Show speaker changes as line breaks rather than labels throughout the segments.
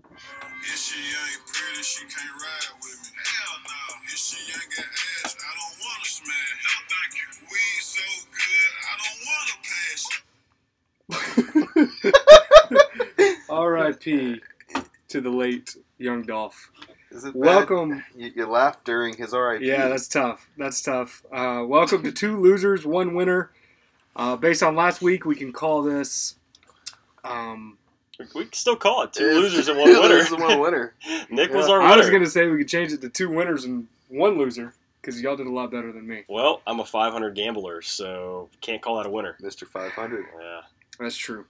If she ain't pretty, she can't ride with me. Hell no. If she ain't got ass, I don't wanna smash. No, thank you. Weed so good, I don't wanna pass.
R.I.P. to the late Young Dolph.
Is it bad?
Welcome.
You, you laughed during his RIP.
Yeah, that's tough. That's tough. Uh, welcome to two losers, one winner. Uh, based on last week, we can call this. Um,
We can still call it two
It's-
losers and one
two losers and one
winner.
winner.
Nick was
yeah,
our winner.
I was gonna say we could change it to two winners and one loser because y'all did a lot better than me.
Well, I'm a 500 gambler, so can't call that a winner.
Mr. 500.
Yeah.
That's true.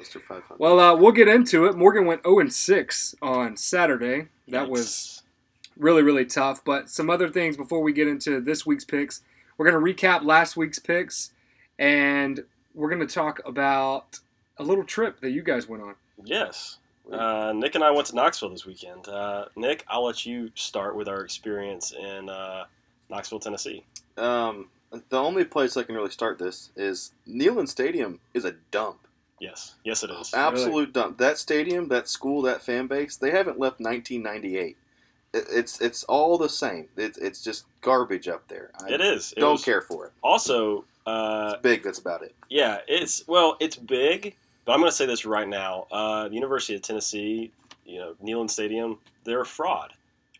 Mr. 500.
Well, uh, we'll get into it. Morgan went 0 and 6 on Saturday. That
Yikes.
was really, really tough. But some other things before we get into this week's picks. We're going to recap last week's picks and we're going to talk about a little trip that you guys went on.
Yes. Uh, Nick and I went to Knoxville this weekend. Uh, Nick, I'll let you start with our experience in uh, Knoxville, Tennessee.
Um, the only place I can really start this is Neyland Stadium is a dump.
Yes. Yes, it is.
Absolute dump. That stadium, that school, that fan base, they haven't left 1998. It- It's it's all the same. It's it's just garbage up there. I
It is. It
Don't
was-
care for it.
Also, uh,
It's big. That's about it.
Yeah, it's well, it's big, but I'm going to say this right now: uh, the University of Tennessee, you know, Neyland Stadium, they're a fraud.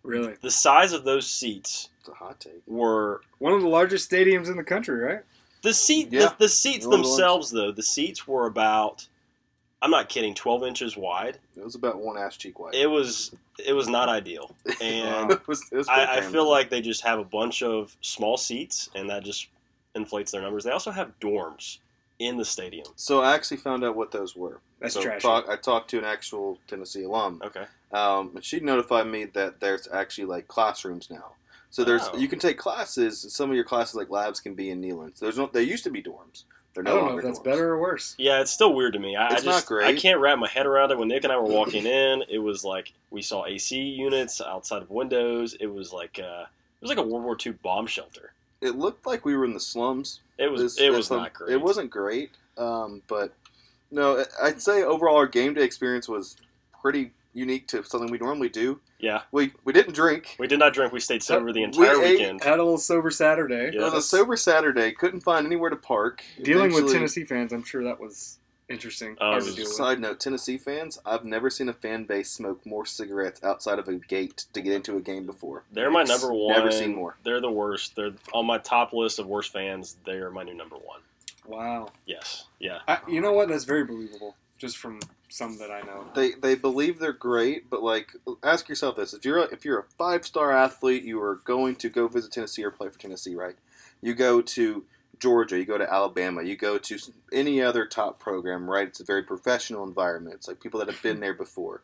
Really?
The size of those seats
It's a hot take.
were
One of the largest stadiums in the country, right?
the seat
Yeah.
the, the seats
One of the
themselves though. The seats were about I'm not kidding, 12 inches wide.
It was about one ass cheek wide.
It was it was not ideal, and
Wow.
It was, it was pretty
I, I
tame.
feel like they just have a bunch of small seats, and that just inflates their numbers. They also have dorms in the stadium.
So I actually found out what those were.
That's
so
trash.
Talk, I talked to an actual Tennessee alum.
Okay,
Um, and she notified me that there's actually like classrooms now. So there's
Oh.
you can take classes. Some of your classes like labs can be in Neyland. So there's no. They used to be dorms. They're
I
Oh,
don't
no
know
longer
if that's
dorms.
better or worse.
Yeah, it's still weird to me. I, I
It's
just
not great.
I can't wrap my head around it. When Nick and I were walking in, it was like we saw AC units outside of windows. It was like uh, it was like a World War II bomb shelter.
It looked like we were in the slums.
It was
It's-
it
it's
was
a-
not great.
It wasn't great. Um, but no, I- I'd say overall our game day experience was pretty unique to something we normally do.
Yeah,
We we didn't drink.
we did not drink. We stayed sober the
Uh, We
entire
ate-
weekend.
Had a little sober Saturday.
It
Yeah.
was a
that's-
sober Saturday. Couldn't find anywhere to park.
Dealing with
Eventually-
Tennessee fans, I'm sure that was interesting.
Oh,
Hard
it
to
was-
deal with.
Side note, Tennessee fans, I've never seen a fan base smoke more cigarettes outside of a gate to get into a game before.
They're my number one.
Never seen more.
They're the worst. They're on my top list of worst fans. They are my new number one.
Wow.
Yes. Yeah.
I, you know what? That's very believable, just from some that I know.
They they believe they're great, but like ask yourself this. If you're a, if you're a five-star athlete, you are going to go visit Tennessee or play for Tennessee, right? You go to Georgia, you go to Alabama, you go to s- any other top program, right? It's a very professional environment. It's like people that have been there before.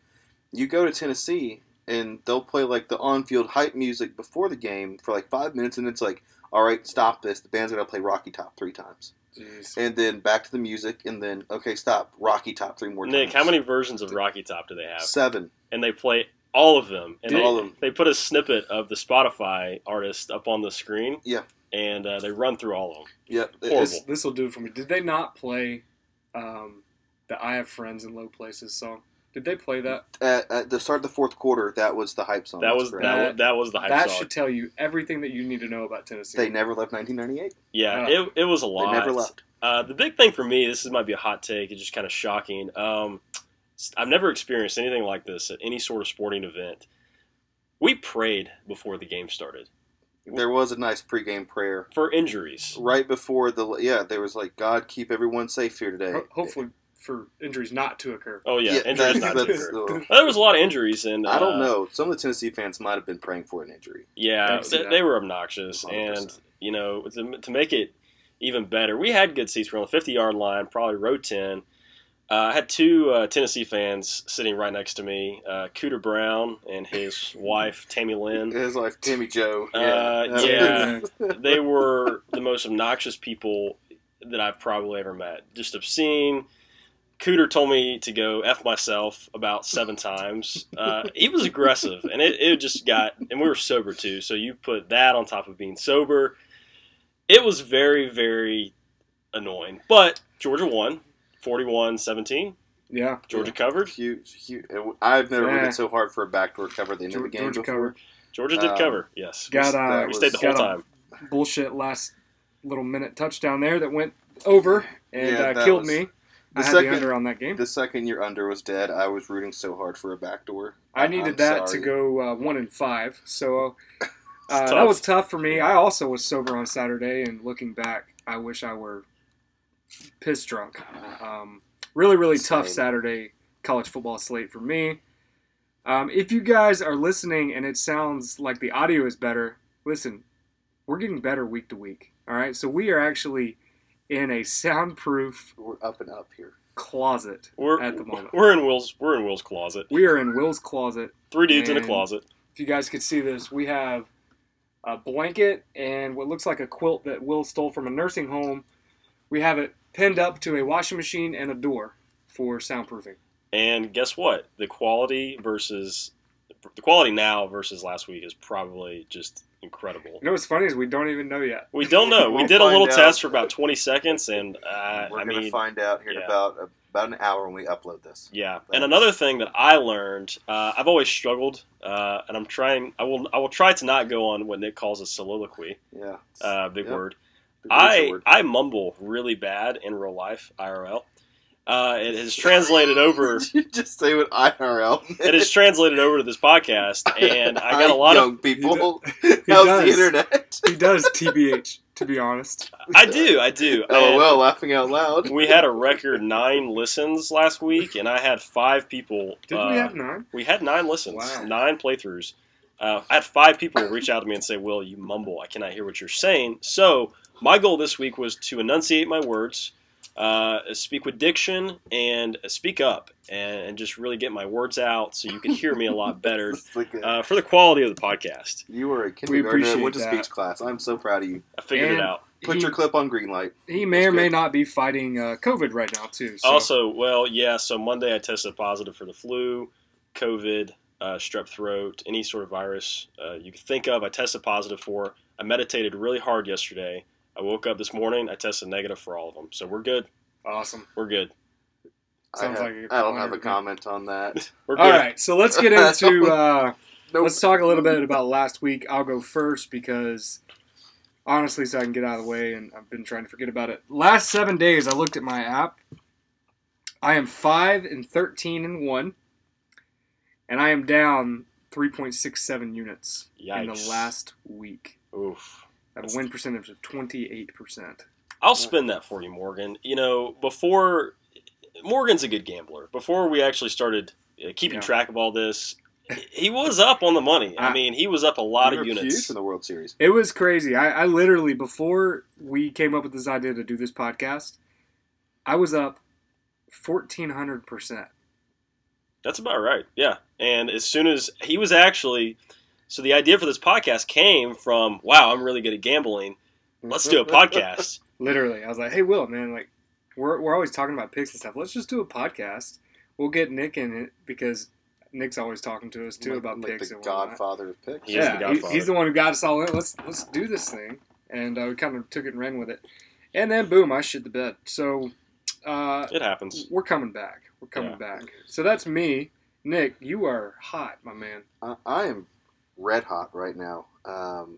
You go to Tennessee and they'll play like the on-field hype music before the game for like 5 minutes and it's like, "All right, stop this. The band's going to play Rocky Top 3 times."
Jeez.
and then back to the music, and then okay, stop. Rocky top three more
Nick,
times.
how many versions of Rocky Top do they have?
Seven.
and they play all of them. And
Did-
they,
All of them.
They put a snippet of the Spotify artist up on the screen.
Yeah.
And uh, they run through all of them.
Yep. it-
Horrible.
it's-
This will do it for me. Did they not play um, the "I Have Friends in Low Places" song? Did they play that?
At, at the start of the fourth quarter, that was the hype song.
That
Oh, that's
was
correct.
that, wa- that was the hype
that
song.
should tell you everything that you need to know about Tennessee.
They never left 1998.
Yeah.
yeah, it, it was a lot.
They never left.
Uh, the big thing for me, this is, might be a hot take. It's just kind of shocking. Um, I've never experienced anything like this at any sort of sporting event. We prayed before the game started
There was a nice pregame prayer
for injuries.
right before the yeah. There was like God keep everyone safe here today.
Ho- hopefully for injuries not to occur.
Oh yeah,
that's,
injuries not to
that's-
occur.
uh,
There was a lot of injuries, and
I
uh,
don't know. Some of the Tennessee fans might have been praying for an injury.
Yeah,
Thanks to
they,
that.
they were obnoxious, and
100%.
you know to, to make it even better, we had good seats. We were on the fifty yard line, probably row ten. Uh, I had two uh, Tennessee fans sitting right next to me, uh, Cooter Brown and his wife Tammy Lynn.
It's like Timmy Joe.
Uh,
that was-
yeah. They were the most obnoxious people that I've probably ever met. Just obscene. Cooter told me to go f myself about seven times. Uh, he was aggressive, and it, it just got. And we were sober too, so you put that on top of being sober. It was very, very annoying. But Georgia won 41 17.
Yeah,
Georgia covered.
Huge, huge. I've never
Yeah.
rooted so hard for a backdoor cover at the end of
Georgia,
the game
Georgia
before.
covered.
Georgia did
Uh,
Um,
cover. Yes, We-
Got
that
uh,
we
was-
stayed the whole
got 'em.
time.
bullshit last little minute touchdown there that went over and
Yeah,
uh,
that
killed
was-
me.
The
I had
second-
the under on that game.
The second your under was dead, I was rooting so hard for a backdoor.
I needed
I'm
that
sorry.
to go uh, one and five, so uh,
It's
that
tough.
was tough for me. I also was sober on Saturday, and looking back, I wish I were piss drunk. Um, really, really tough
Same.
Saturday college football slate for me. Um, if you guys are listening and it sounds like the audio is better, listen, we're getting better week to week. All right, so we are actually in a soundproof
We're up and up here.
closet.
We're
At the moment.
we're in Will's we're in Will's closet.
We are in Will's closet.
Three dudes in a
And-
closet.
if you guys could see this, we have a blanket and what looks like a quilt that Will stole from a nursing home. We have it pinned up to a washing machine and a door for soundproofing.
And guess what? The quality versus the quality now versus last week is probably just incredible.
You know what's funny is we don't even know yet.
We don't know. we
We'll
did a little
find out.
test for about 20 seconds, and uh,
We're
I
gonna
mean,
find out here in
yeah.
about about an hour when we upload this.
yeah. And
Thanks.
another thing that I learned, uh, I've always struggled, uh, and I'm trying. I will. I will try to not go on what Nick calls a soliloquy.
Yeah.
Uh, big
Yep.
word.
Big
I
word.
I mumble really bad in real life, IRL. Uh, it has translated over.
Did you just say what IRL?
it is translated over to this podcast, and I got a lot
young
of.
people.
He
How's
does.
the internet?
He does TBH, to be honest.
I do. I do. And-
LOL, laughing out loud.
we had a record nine listens last week, and I had five people.
Did
uh,
we have nine?
we had nine listens,
Wow.
nine playthroughs. Uh, I had five people reach out to me and say, "Will you mumble? I cannot hear what you're saying." So my goal this week was to enunciate my words, uh, speak with diction, and speak up, and, and just really get my words out so you can hear me a lot better
It's like a-
uh, for the quality of the podcast.
you were a kindergartner and
appreciate
went to
that.
speech class. I'm so proud of you.
I figured
And-
it out.
Put
He-
your clip on green light.
He may or
That's
may
good.
not be fighting uh, COVID right now, too. So
Also, well, yeah. So Monday I tested positive for the flu, COVID, uh, strep throat, any sort of virus uh, you could think of. I tested positive for. I meditated really hard yesterday. I woke up this morning. I tested negative for all of them. So we're good.
awesome.
We're good.
I,
Sounds
have-
like a
I don't have a
plan.
comment on that.
We're good.
All right, so let's get into. Uh,
Nope.
Let's talk a little bit about last week. I'll go first because honestly, so I can get out of the way, and I've been trying to forget about it. Last seven days, I looked at my app. I am five and thirteen and one, and I am down three point six seven units in the
Yikes.
last week.
Oof.
I have a win percentage of twenty eight percent.
I'll spin that for you, Morgan. You know, before Morgan's a good gambler. Before we actually started uh, keeping
Yeah.
track of all this, he was up on the money. I
I-
mean, he was up a lot
You
of
were
units.
huge in the World Series.
It was crazy. I, I literally before we came up with this idea to do this podcast, I was up fourteen hundred percent.
That's about right. Yeah. And as soon as he was actually, so the idea for this podcast came from, wow, I'm really good at gambling. Let's do a podcast.
Literally, I was like, "Hey, Will, man, like, we're we're always talking about picks and stuff. Let's just do a podcast. We'll get Nick in it because Nick's always talking to us too
Like-
about
like
picks
the
and whatnot.
Godfather of picks.
He is the
yeah, he-
godfather.
he's the one who got us all in. Let's let's do this thing, and uh, we kind of took it and ran with it. And then boom, I shit the bed. So uh,
It happens.
we're coming back. We're coming
Yeah.
back. So that's me, Nick. You are hot, my man.
I, I am red hot right now. Um,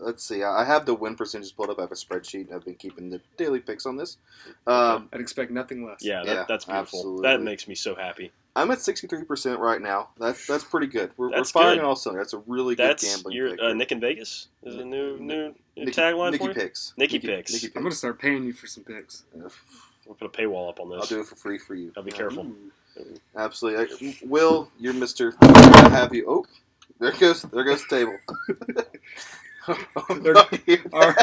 let's see. I I have the win percentages pulled up. I have a spreadsheet. and I've been keeping the daily picks on this. Um,
I'd expect nothing less.
Yeah, that,
Yeah,
that's beautiful. That
absolutely.
makes me so happy.
I'm at 63% right now. That's that's pretty good. We're, we're
That's
firing
good.
on all cylinders. That's a really good
That's
gambling
your
pick.
uh, Nick in Vegas is a new new, new
Nicky-
tagline
Nicky
for you.
picks.
Nicky picks.
Nicky
I'm gonna start paying you for some picks.
We'll put a paywall up on
I'll
this.
do it for free for you.
I'll be careful.
Ooh.
Absolutely. I- Will, you're Mister. I have you. Oh, there goes there goes the table.
There- Our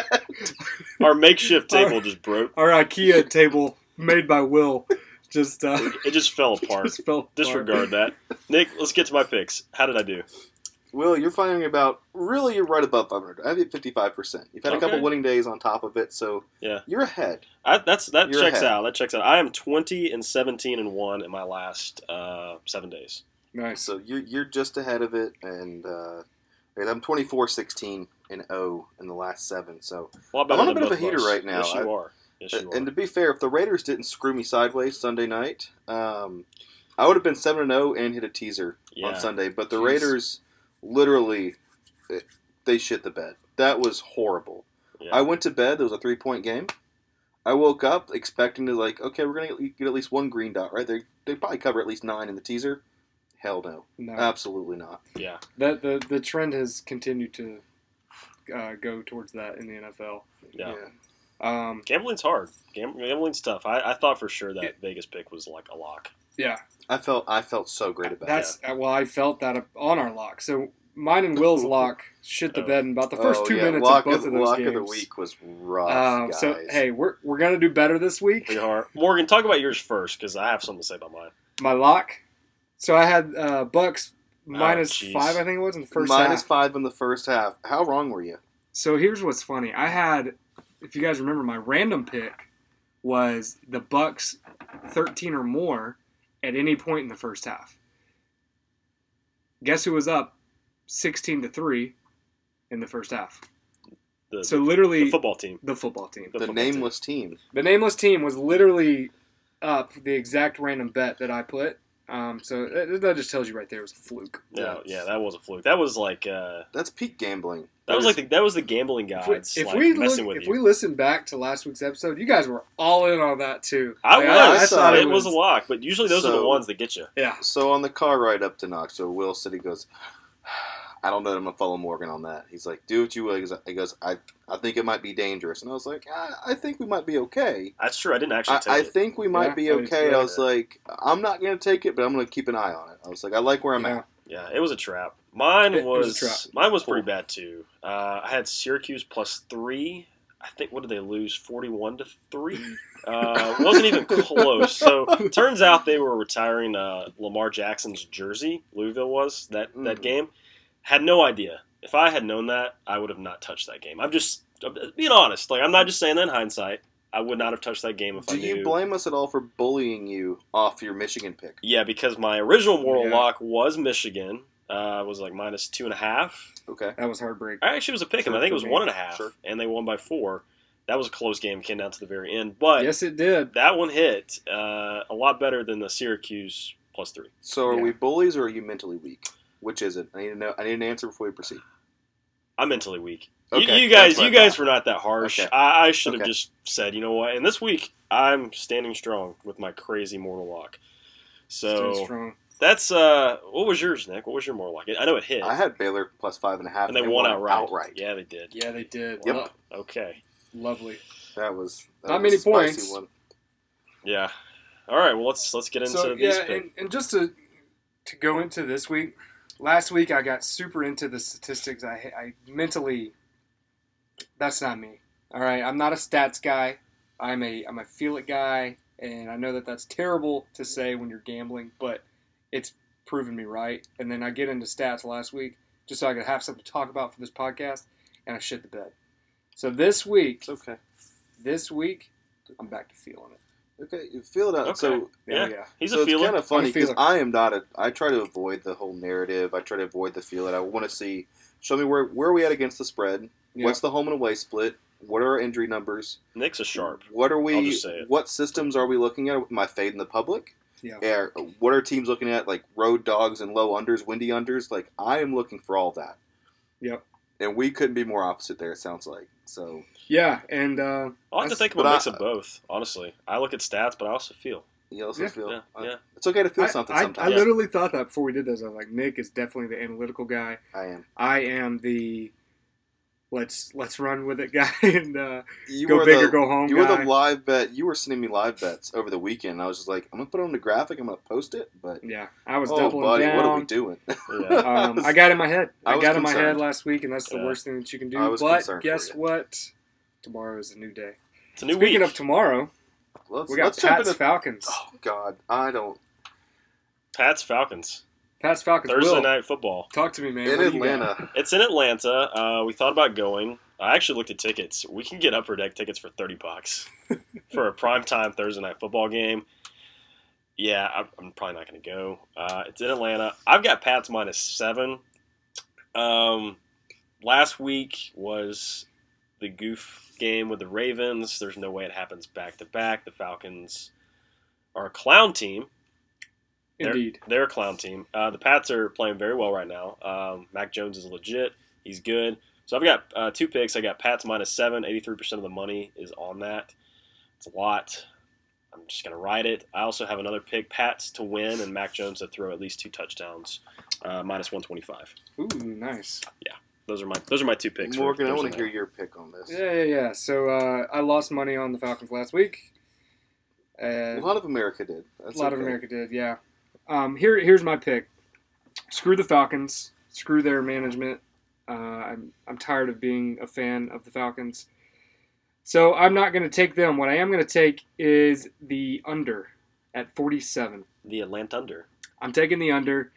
Our makeshift
Our-
table just broke.
our IKEA table made by Will just uh,
It just fell apart.
just fell apart.
Disregard that. Nick, let's get to my picks. How did I do?
Will, you're firing about really you're right above 500. I have you at 55. percent You've had a couple
Okay.
winning days on top of it, so
Yeah.
you're ahead.
I, that's that
You're
checks
ahead.
out. That checks out. I am twenty and seventeen and one in my last uh, seven days.
Nice.
So you're you're just ahead of it, and uh, I'm 24, 16, and 0 in the last seven. So
A lot
I'm
better
on a
than
bit of
both
a heater
us.
right now.
Yes, you are. Yes, you
And,
are.
and to be fair, if the Raiders didn't screw me sideways Sunday night, um, I would have been seven and zero and hit a teaser
yeah.
on Sunday. But the
Jeez.
Raiders, literally, eh, they shit the bed. That was horrible.
Yeah.
I went to bed. There was a three point game. I woke up expecting to like, okay, we're gonna e-, get at least one green dot, right? They they probably cover at least nine in the teaser. Hell no,
No,
absolutely not.
yeah.
that the the trend has continued to uh, go towards that in the NFL.
Yeah.
Um,
Gambling's hard. Gam- Gambling's tough. I, I thought for sure that Vegas pick was like a lock.
yeah,
I felt I felt so great about it.
That's uh, well, I felt that on our lock. So mine and Will's lock shit the
Oh.
bed in about the
Oh,
first two
yeah,
minutes
lock
of both of, those
lock
games.
of the week was rough.
Um,
guys.
so hey, we're we're gonna do better this week.
Pretty hard. Morgan, talk about yours first because I have something to say about mine.
My lock. So I had uh, Bucks minus
jeez.
five, I think it was in the first
Oh, Minus
half.
five in the first half. How wrong were you?
So here's what's funny. I had, if you guys remember, my random pick was the Bucks thirteen or more at any point in the first half. Guess who was up sixteen to three in the first half?
The,
So literally
the football team.
the football team.
The,
football team.
nameless team.
The nameless team was literally up the exact random bet that I put. Um, so that, that just tells you right there it was a fluke.
Yeah, yeah, that was a fluke. That was like uh,
That's peak gambling.
that was like the, that was the gambling
If we,
guys
if
like
we
messing
look,
with
if
you.
we listen back to last week's episode, you guys were all in on that too.
I
Like,
was.
I
thought
it was a lock, but usually those are the
So-
ones that get you.
Yeah,
So on the car ride up to Knoxville, Will said he goes, "I don't know. That I'm gonna follow Morgan on that." He's like, "Do what you will." He goes- He goes, "I I think it might be dangerous," and I was like, "I, I think we might be okay.
That's true. I didn't actually
I,
take
I
it.
think we might
Yeah,
be
I did
okay."
too.
I was like, "I'm not gonna take it, but I'm gonna keep an eye on it." I was like, "I like where I'm
Yeah.
at."
Yeah, it was a trap. Mine
It
was,
was a trap.
mine was pretty bad too. Uh, I had Syracuse plus three. I think what did they lose? Forty-one to three. Uh, wasn't even close. So turns out they were retiring uh, Lamar Jackson's jersey. Louisville was that that
Mm.
game. Had no idea. If I had known that, I would have not touched that game. I'm just I'm being honest. Like I'm not just saying that in hindsight. I would not have touched that game if I
Do
knew.
you blame us at all for bullying you off your Michigan pick?
yeah, because my original moral
Yeah.
lock was Michigan. Uh, was like minus two and a half.
Okay.
that was heartbreak.
I actually was a pick 'em.
Sure
I think
for
it was
me.
one and a half,
Sure.
and they won by four. That was a close game. Came down to the very end, but
Yes, it did.
that one hit uh, a lot better than the Syracuse plus three.
So are
Yeah.
we bullies or are you mentally weak? Which is it? I need to know. I need an answer before we proceed.
I'm mentally weak.
Okay,
you, you guys,
that's what
you
I
guys were not that harsh.
Okay.
I, I should have
Okay.
just said, you know what? And this week, I'm standing strong with my crazy mortal lock.
Stayed
So
strong.
that's uh, what was yours, Nick? What was your mortal lock? I know it hit,
I had Baylor plus five and a half,
and they won outright.
outright.
Yeah, they did.
Yeah, they did.
Yep.
Lo-
Okay.
lovely.
That was that
Not
was a
many
spicy
points.
One.
Yeah. All right. Well, let's let's get into
so
these.
yeah,
picks.
and, and just to to go into this week, last week I got super into the statistics. I I mentally, that's not me. All right, I'm not a stats guy. I'm a I'm a feel it guy, and I know that that's terrible to say when you're gambling, but it's proven me right. And then I get into stats last week just so I could have something to talk about for this podcast, and I shit the bed. So this week,
It's okay.
this week, I'm back to feeling it.
Okay, you feel it out.
Okay.
So,
Yeah.
yeah.
He's
so
a
it's
feeler.
kind of funny
a
because
feeler.
I am not a. I try to avoid the whole narrative. I try to avoid the feel it. I want to see. Show me where where are we at against the spread.
Yeah.
What's the home and away split? What are our injury numbers?
Nick's a sharp.
What are
I'll
we?
just say it.
What systems are we looking at? Am I fading the public?
Yeah.
Are- what are teams looking at? Like road dogs and low unders, windy unders. Like I am looking for all that.
Yep.
And we couldn't be more opposite there. It sounds like so.
Yeah, and uh,
I like to
That's-
think
but
about
I-
mix of both. Honestly, I look at stats, but I also feel.
You also
Yeah.
feel.
Yeah,
uh,
yeah.
It's okay to feel
I,
something
I- I
sometimes.
literally thought that before we did this. I was like, Nick is definitely the analytical guy.
I am.
I am the let's let's run with it guy and uh,
You
go
are
big
the-
or go home
You were
guy.
the live bet. You were sending me live bets over the weekend. and I was just like, I'm gonna put on the graphic. I'm gonna post it. But
yeah, I was
oh,
doubling
buddy,
down.
what are we doing?
Yeah.
um, I got in my head.
I
I,
was
got in my head
concerned.
last week, and that's the
Yeah.
worst thing that you can do.
I was
but
concerned for
guess
you.
what? Tomorrow is a new day.
It's a new
Speaking
week.
of tomorrow,
Let's,
we got
let's jump
Pats
into.
Falcons.
Oh God, I don't.
Pats Falcons
Pats Falcons.
Thursday
Will,
night football.
talk to me, man.
in
What do you got?
Atlanta,
It's in Atlanta. Uh, we thought about going. I actually looked at tickets. We can get upper deck tickets for thirty bucks for a primetime Thursday night football game. Yeah, I'm, I'm probably not going to go. Uh, it's in Atlanta. I've got Pats minus seven. Um, last week was the goof game with the Ravens. There's no way it happens back to back. The Falcons are a clown team.
Indeed.
They're a clown team. Uh, the Pats are playing very well right now. Um, Mac Jones is legit. He's good. So I've got uh, two picks. I got Pats minus seven. Eighty-three percent of the money is on that. It's a lot. I'm just gonna ride it. I also have another pick: Pats to win and Mac Jones to throw at least two touchdowns, uh, minus one twenty-five.
Ooh, nice.
Those are my those are my two picks. for
Morgan, I want
Thursday
to hear
night.
your pick on this.
Yeah, yeah, yeah. So uh, I lost money on the Falcons last week.
A
Uh,
lot of America did. That's
a lot of
okay.
America did, yeah. Um, here, here's my pick. Screw the Falcons. Screw their management. Uh, I'm, I'm tired of being a fan of the Falcons. So I'm not going to take them. What I am going to take is the under at 47.
the Atlanta under.
I'm taking the under.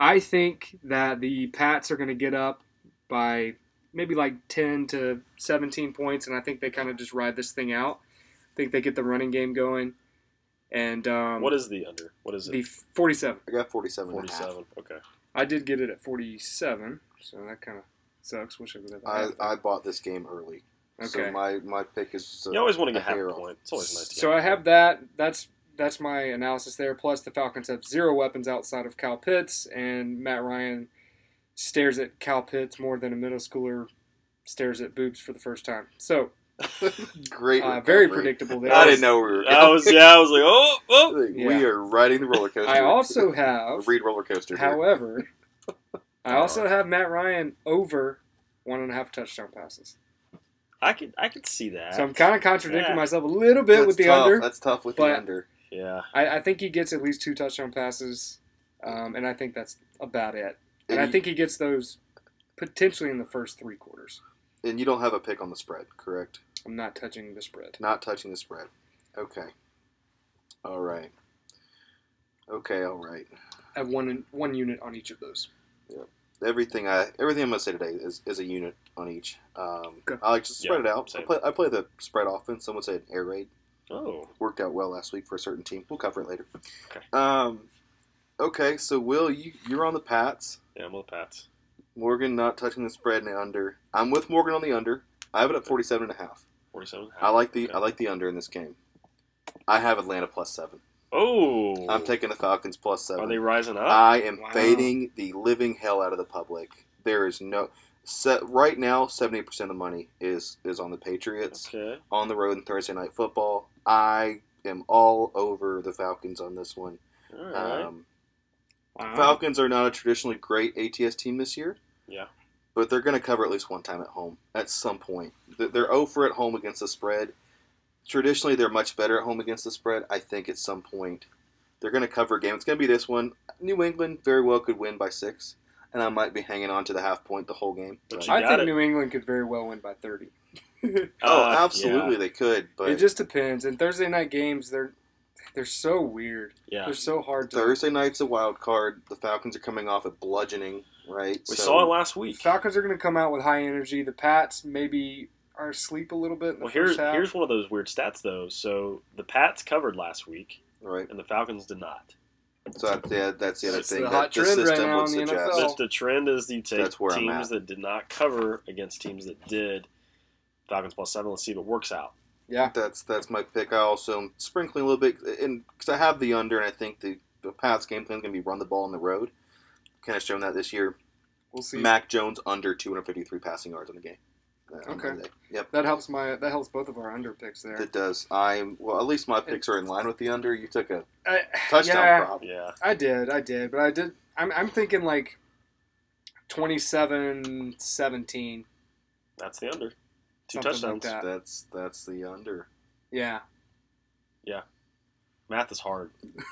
I think that the Pats are going to get up by maybe like 10 to 17 points, and I think they kind of just ride this thing out. I think they get the running game going. And um,
What is the under? What is
the
it?
47?
I got 47 and a half.
Forty-seven. Okay.
I did get it at 47, so that kind of sucks. Wish I would have.
I,
had that.
I bought this game early.
Okay.
So my, my pick is just a,
You always want to
a
get half
hair
a
off.
point. It's always nice. To get
so
half
I
a
have
point.
that. That's that's my analysis there. Plus, the Falcons have zero weapons outside of Cal Pitts, and Matt Ryan stares at Cal Pitts more than a middle schooler stares at boobs for the first time. So
Great.
uh, very
recovery.
predictable there.
I didn't know we were.
I was yeah. I was like, oh, oh.
Like,
Yeah.
We are riding the roller coaster.
I also
the
have,
Reed roller coaster. here.
however, I
All
also have Matt Ryan over one and a half touchdown passes.
I could I could see that.
So I'm kind of contradicting
Yeah.
myself a little bit
That's
with the
tough.
under.
That's tough with
but-
the under.
yeah.
I, I think he gets at least two touchdown passes, um, and I think that's about it. And,
And
I
you-
think he gets those potentially in the first three quarters.
And you don't have a pick on the spread, correct?
I'm not touching the spread.
Not touching the spread. Okay. All right. Okay. All right.
I have one one unit on each of those.
Everything I everything I'm gonna say today is, is a unit on each. Um,
Okay.
I like to spread
Yeah,
it out. I
same.
play, I play the spread offense. Someone said air raid.
Oh,
worked out well last week for a certain team. We'll cover it later.
Okay.
Um, okay. So Will, you you're on the Pats.
yeah. I'm with the Pats.
Morgan not touching the spread and the under. I'm with Morgan on the under. I have it at 47 and a half.
Forty-seven.
I like the I like the under in this game. I have Atlanta plus seven.
Oh,
I'm taking the Falcons plus
Are
seven. Uh,
they rising up?
I am
Wow.
fading the living hell out of the public. There is no set right now. Seventy percent of the money is is on the Patriots
okay.
on the road in Thursday night football. I am all over the Falcons on this one.
All right.
Um,
Wow.
Falcons are not a traditionally great ATS team this year.
Yeah.
But they're going to cover at least one time at home at some point. They're- They're 0 for at home against the spread. Traditionally, they're much better at home against the spread. I think at some point they're going to cover a game. It's going to be this one. New England very well could win by six, and I might be hanging on to the half point the whole game.
But you
I
got
think
it.
New England could very well win by 30.
oh,
Uh,
absolutely, they could. But
it just depends. And Thursday night games, they're they're so weird.
Yeah.
They're so hard to.
Thursday night's a wild card. The Falcons are coming off a bludgeoning, right?
We
So-
saw it last week.
Falcons are going to come out with high energy. The Pats maybe are asleep a little bit in the
Well, here's
first half.
here's one of those weird stats though. So the Pats covered last week,
right.
and the Falcons did not.
So that's the, that's the other
It's
thing
the
that
hot
the
trend right
system
now
would
in the
suggest.
NFL.
That's the trend is you take
That's where I'm
teams
at.
that did not cover against teams that did. Falcons plus seven. Let's see if it works out.
yeah.
That's that's my pick. I also am sprinkling a little bit, and because I have the under, and I think the the Pats game plan is going to be run the ball on the road. Kind of shown that this year.
We'll see.
Mac Jones under 253 passing yards in the game. Uh, on
Okay.
Monday. Yep.
That helps my that helps both of our under picks there.
It does. I'm well. At least my picks are in line with the under. You took a
I,
touchdown
yeah,
prop.
Yeah.
I did, I did, but I did. I'm, I'm thinking like 27, 17.
That's the under. Two
Something like
touchdowns.
that.
That's that's the under.
Yeah,
Math is hard.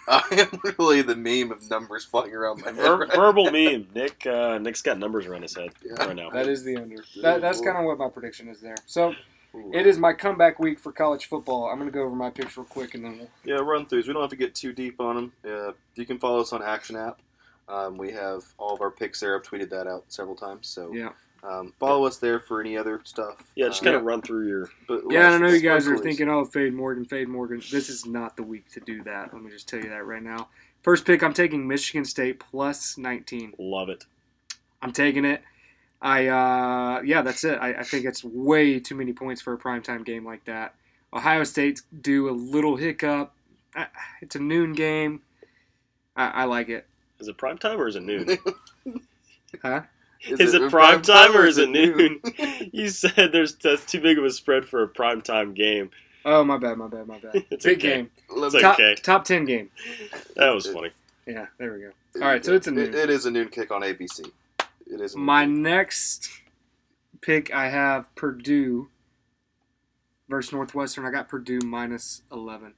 I am really the meme of numbers flying around my head.
Ver-
right
verbal meme. Nick. Uh, Nick's got numbers around his head
Yeah.
right now.
that is the under. That, that's kind of what my prediction is there. So
now.
it is my comeback week for college football. I'm gonna go over my picks real quick and then we'll,
Yeah, run throughs. We don't have to get too deep on them. Uh, you can follow us on Action App. Um, we have all of our picks there. I've tweeted that out several times. So
yeah.
um, follow us there for any other stuff.
Yeah. Just
Um,
kind of run through your.
but
Yeah, I
let's-
know you guys are
sprinkles.
thinking, oh, fade Morgan, fade Morgan. This is not the week to do that. Let me just tell you that right now. First pick, I'm taking Michigan State plus 19.
Love it.
I'm taking it. I uh, yeah, that's it. I, I think it's way too many points for a primetime game like that. Ohio State's do a little hiccup. I, it's a noon game. I, I like it.
Is it prime time or is it noon?
Huh?
Is, it prime time or is it noon? you said there's that's too big of a spread for a prime time game.
Oh my bad, my bad, my bad.
It's
Big
okay.
game.
Let's-
It's
Top,
okay.
top ten game.
That was funny.
Yeah, there we go. All right, so it's a noon.
It, it is a noon kick on ABC. It is. a noon
My
kick.
next pick, I have Purdue versus Northwestern. I got Purdue minus eleven.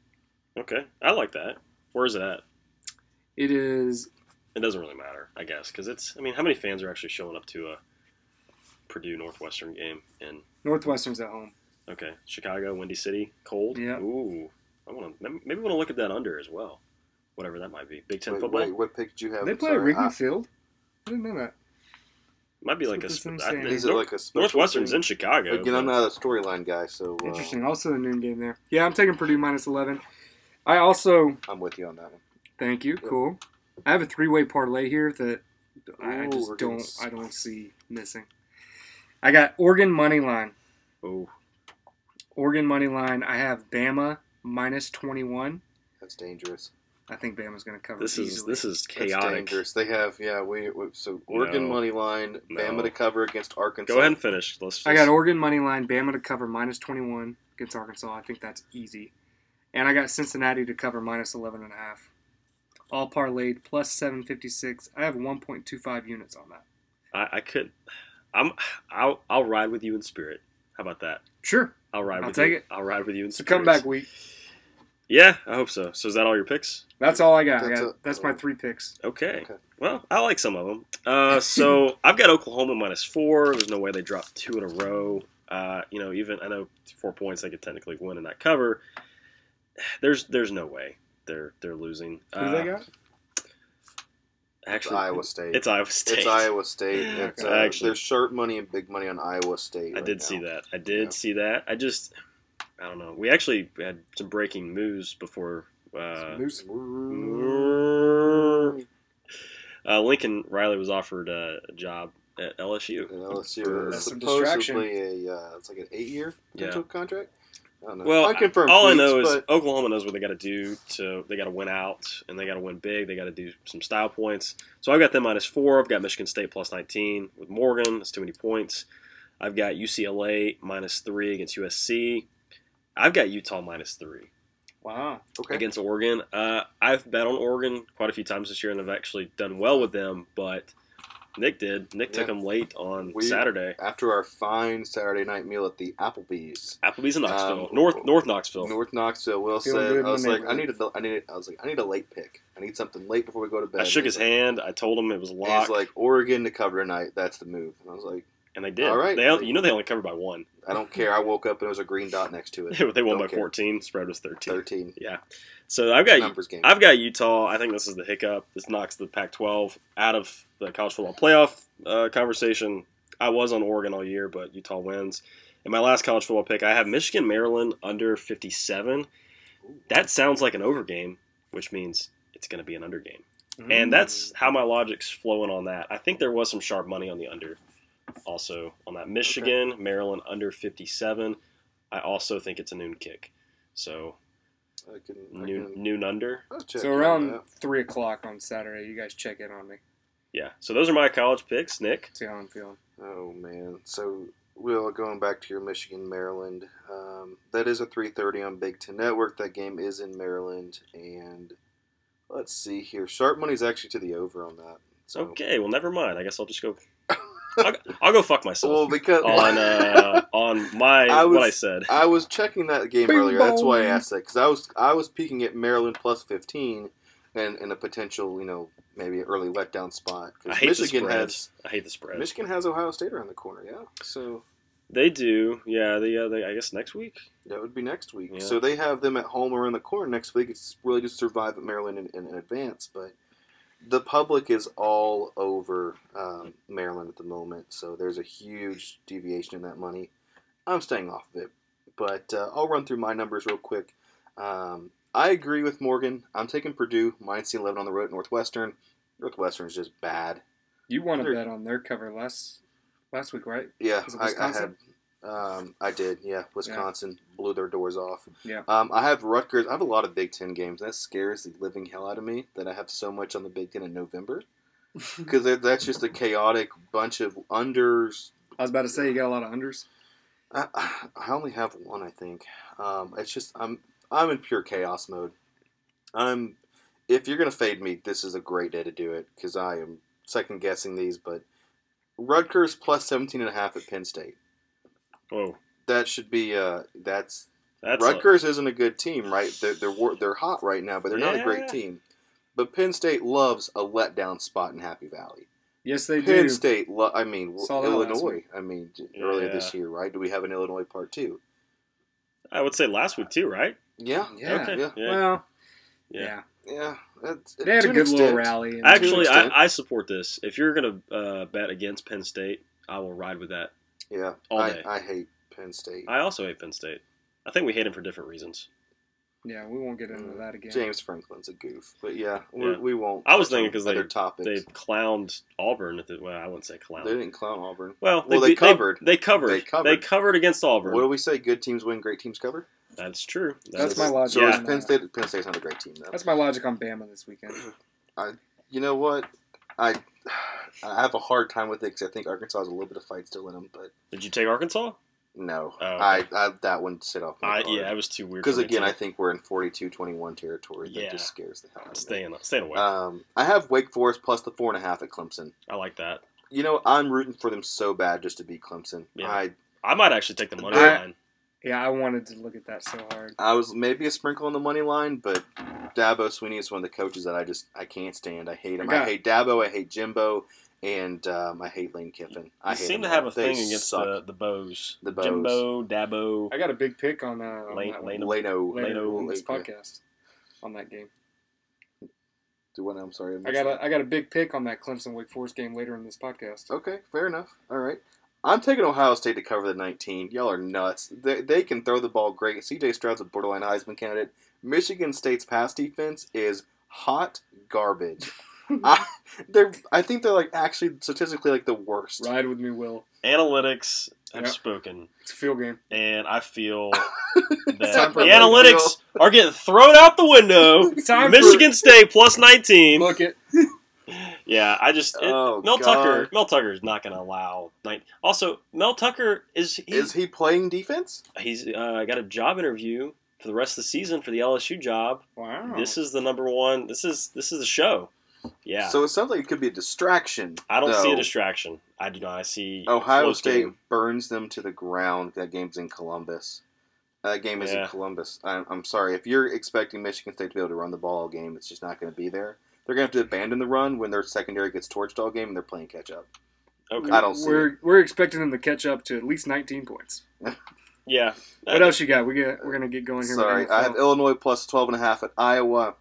Okay, I like that. Where is it at?
It is
It doesn't really matter, I guess, because it's. I mean, how many fans are actually showing up to a Purdue Northwestern game in?
Northwestern's at home.
Okay, Chicago, Windy City, cold.
Yeah.
Ooh, I want to maybe want to look at that under as well, whatever that might be. Big Ten
Wait,
football
wait, what pick did you have?
They
I'm
play at
sorry.
Wrigley
I-
Field. I didn't know that.
might be like a.
That's what
sp-
I'm
I
saying.
think
These are
Nor-
like a special
Northwestern's
thing.
in Chicago.
Again, I'm
but-
not a storyline guy, so uh,
Interesting. Also, the noon game there. Yeah, I'm taking Purdue minus eleven. I also
I'm with you on that one.
thank you. Cool. I have a three-way parlay here that I I
Ooh,
just
we're getting
don't.
s-
I don't see missing. I got Oregon money line.
Oh,
Oregon money line. I have Bama minus twenty-one.
That's dangerous.
I think Bama's going to cover
this is
easily.
this is
That's
chaotic.
dangerous. They have yeah. We, we so Oregon
No.
money line,
No.
Bama to cover against Arkansas.
Go ahead and finish. Let's.
I got Oregon money line, Bama to cover minus 21 against Arkansas. I think that's easy. And I got Cincinnati to cover minus 11 and a half. All parlayed plus 756. I have 1.25 units on that.
I, I could. I'm. I'll. I'll ride with you in spirit. How about that?
Sure.
I'll ride.
I'll
with
take
you.
it.
I'll ride with you in
It's a
spirit.
comeback week.
Yeah, I hope so. So is that all your picks?
That's all I got. I
That's
got
it.
that's my three picks.
Okay.
Okay.
Well, I like some of them. Uh, so I've got Oklahoma minus four. There's no way they drop two in a row. Uh, you know, even I know four points they could technically win and not cover. There's there's no way they're they're losing.
Who do
Uh,
they got?
It's
Actually,
Iowa State.
It's Iowa State.
It's Iowa State. It's, uh,
Actually-
there's sharp money and big money on Iowa State.
I
right
did
now.
see that. I did
Yeah.
see that. I just, I don't know. We actually had some breaking news before. Uh,
Moose.
Mm,
uh, Lincoln Riley was offered uh, a job at LSU.
And LSU
For-
is
That's some
supposedly a uh, it's like an eight year potential contract. I don't know.
Well,
I confirm
All I
tweets,
know is
but
Oklahoma knows what they got to do to. They got to win out, and they got to win big. They got to do some style points. So I've got them minus four. I've got Michigan State plus nineteen with Morgan. That's too many points. I've got UCLA minus three against USC. I've got Utah minus three.
Wow.
okay.
against Oregon. Uh, I've bet on Oregon quite a few times this year, and I've actually done well with them. But Nick did. Nick took
Yeah.
them late on
We-
Saturday.
After our fine Saturday night meal at the Applebee's,
Applebee's in Knoxville,
Um,
North North Knoxville.
North Knoxville, Will
Feeling
said,
good in
I
the
was like, I need
neighborhood.
a, I need, a, I was like, I need a late pick. I need something late before we go to bed.
I shook his
He's
hand. I told him it was
like-
locked,
He's like Oregon to cover tonight. That's the move. And I was like,
and they did.
"All right."
They, on- you know, they only covered by one.
I don't care. I woke up and there was a green dot next to it.
they won by
Don't care.
fourteen. Spread was thirteen.
Thirteen
So I've got
numbers game.
I've got Utah. I think this is the hiccup. This knocks the Pac-12 out of the college football playoff uh, conversation. I was on Oregon all year, but Utah wins. And my last college football pick, I have Michigan, Maryland under 57. That sounds like an over game, which means it's going to be an under game.
Mm.
And that's how my logic's flowing on that. I think there was some sharp money on the under also on that. Michigan, Maryland under 57. I also think it's a noon kick. So
I can, I
noon,
can-
noon under.
I'll check
so
on
around
that.
three o'clock on Saturday, you guys check in on me.
Yeah. So those are my college picks, Nick.
See how I'm feeling.
Oh man. So Will, going back to your Michigan Maryland, um, that is a three thirty on Big Ten Network. That game is in Maryland, and let's see here. Sharp money's actually to the over on that. So
Okay. Well, never mind. I guess I'll just go. I'll, I'll go fuck
well,
myself
because
on uh, on my
I
what
was-
I said.
I was checking that game
Bing
earlier. That's why I
bong.
asked that because I was I was peeking at Maryland plus fifteen, and in a potential you know maybe early letdown spot. 'Cause
I hate
Michigan
the spread.
has
I hate the spread.
Michigan has Ohio State around the corner. Yeah, so
They do. Yeah. They, uh, they. I guess next week.
That would be next week.
Yeah.
So they have them at home around the corner next week. It's really just survive at Maryland in, in, in advance, but the public is all over um, Maryland at the moment. So there's a huge deviation in that money. I'm staying off of it, but uh, I'll run through my numbers real quick. Um, I agree with Morgan. I'm taking Purdue minus 11 on the road at Northwestern. Northwestern's just bad.
You want to
They're-
bet on their cover less last week, right?
Yeah,
Was it
I, I had.
Wisconsin?
Um, I did. Yeah, Wisconsin blew their doors off.
Yeah.
Um, I have Rutgers. I have a lot of Big Ten games. That scares the living hell out of me that I have so much on the Big Ten in November because that's just a chaotic bunch of unders.
I was about to say you got a lot of unders.
I, I only have one, I think. Um, it's just I'm I'm in pure chaos mode. I'm if you're gonna fade me, this is a great day to do it because I am second guessing these. But Rutgers plus 17 and a half at Penn State.
Whoa,
That should be uh that's
Oh, that's uh, a-
Rutgers isn't a good team, right? They're they're, wor- they're hot right now, but they're not a
Yeah.
great team. But Penn State loves a letdown spot in Happy Valley.
Yes, they
Penn
do.
State, lo- I mean
Saw that last
Illinois.
week.
I mean j- earlier this
Yeah.
year, right? Do we have an Illinois part two?
I would say last week too, right?
Yeah,
Yeah.
Okay.
yeah,
Yeah.
Well,
Yeah.
yeah.
yeah. That's,
They had
to
a
an
good little
extent.
rally. and-
Actually,
extent.
I, I support this. If you're gonna uh, bet against Penn State, I will ride with that.
Yeah,
All
I,
day.
I hate Penn State.
I also hate Penn State. I think we hate him for different reasons.
yeah, we won't get into that again.
James Franklin's a goof, but yeah, we
Yeah.
we won't.
I was
touch on
thinking 'cause they-
other topics.
They clowned Auburn at the well. I wouldn't say clown.
They didn't clown Auburn.
Well,
Well, they
beat-
covered.
They, covered.
They
They
covered.
covered. against Auburn.
What do we say? Good teams win, great teams cover.
That's true.
That's my logic.
So is
Yeah.
Penn State. Penn State's not a great team though.
That's my logic on Bama this weekend.
You know what? I I have a hard time with it because I think Arkansas has a little bit of fight still in them, but
Did you take Arkansas?
no,
Oh.
I, I that one sit off
I,
my
yeah, it was too weird.
because
for me
again,
to-
I think we're in 42-21 territory. That
Yeah.
just scares the hell out of me.
staying staying away.
Um, I have Wake Forest plus the four and a half at Clemson.
I like that.
You know, I'm rooting for them so bad just to beat Clemson.
Yeah.
I
I might actually take the money
I-
line.
Yeah, I wanted to look at that so hard.
I was maybe a sprinkle on the money line, but Dabo Sweeney is one of the coaches that I just I can't stand. I hate him. I
Okay.
hate Dabo. I hate Jimbo, and um, I hate Lane Kiffin. I
I
hate
seem
them
to have
all.
a
They
thing against uh,
suck.
the the bows.
The Bows.
Jimbo, Dabo.
I got a big pick on, uh, on
Lane-
that one.
Lane-
Leno.
later
Leno,
on this
Leno-
podcast on that game.
Do what? I'm sorry.
I
missed
got
that.
a I got a big pick on that Clemson Wake Forest game later in this podcast.
Okay, fair enough. All right. I'm taking Ohio State to cover the 19. Y'all are nuts. They, they can throw the ball great. CJ Stroud's a borderline Heisman candidate. Michigan State's pass defense is hot garbage. I, they're, I think they're like actually statistically like the worst.
Ride with me, Will.
Analytics have
Yeah.
spoken,
It's a field game.
and I feel
time
that the
for a
analytics are getting thrown out the window.
It's time
Michigan State plus
for,
19.
look it.
Yeah, I just it-
Oh,
Mel
God.
Tucker. Mel Tucker is not going to allow. Nine, also, Mel Tucker is he,
Is he playing defense?
he's uh, got a job interview for the rest of the season for the LSU job.
Wow.
This is the number one. This is this is the show. Yeah,
So it sounds like it could be a distraction.
I don't see a
though.
distraction. I do not. I see a
Ohio
close
State
game.
burns them to the ground. That game's in Columbus. That game is in
Yeah.
Columbus. I'm, I'm sorry. If you're expecting Michigan State to be able to run the ball all game, it's just not going to be there. They're going to have to abandon the run when their secondary gets torched all game and they're playing catch up.
Okay.
I don't see
We're we're expecting them to catch up to at least 19 points.
Yeah.
What else you got? We get we're gonna get going here. with
Sorry. I have
NFL.
Illinois plus 12.5 at Iowa.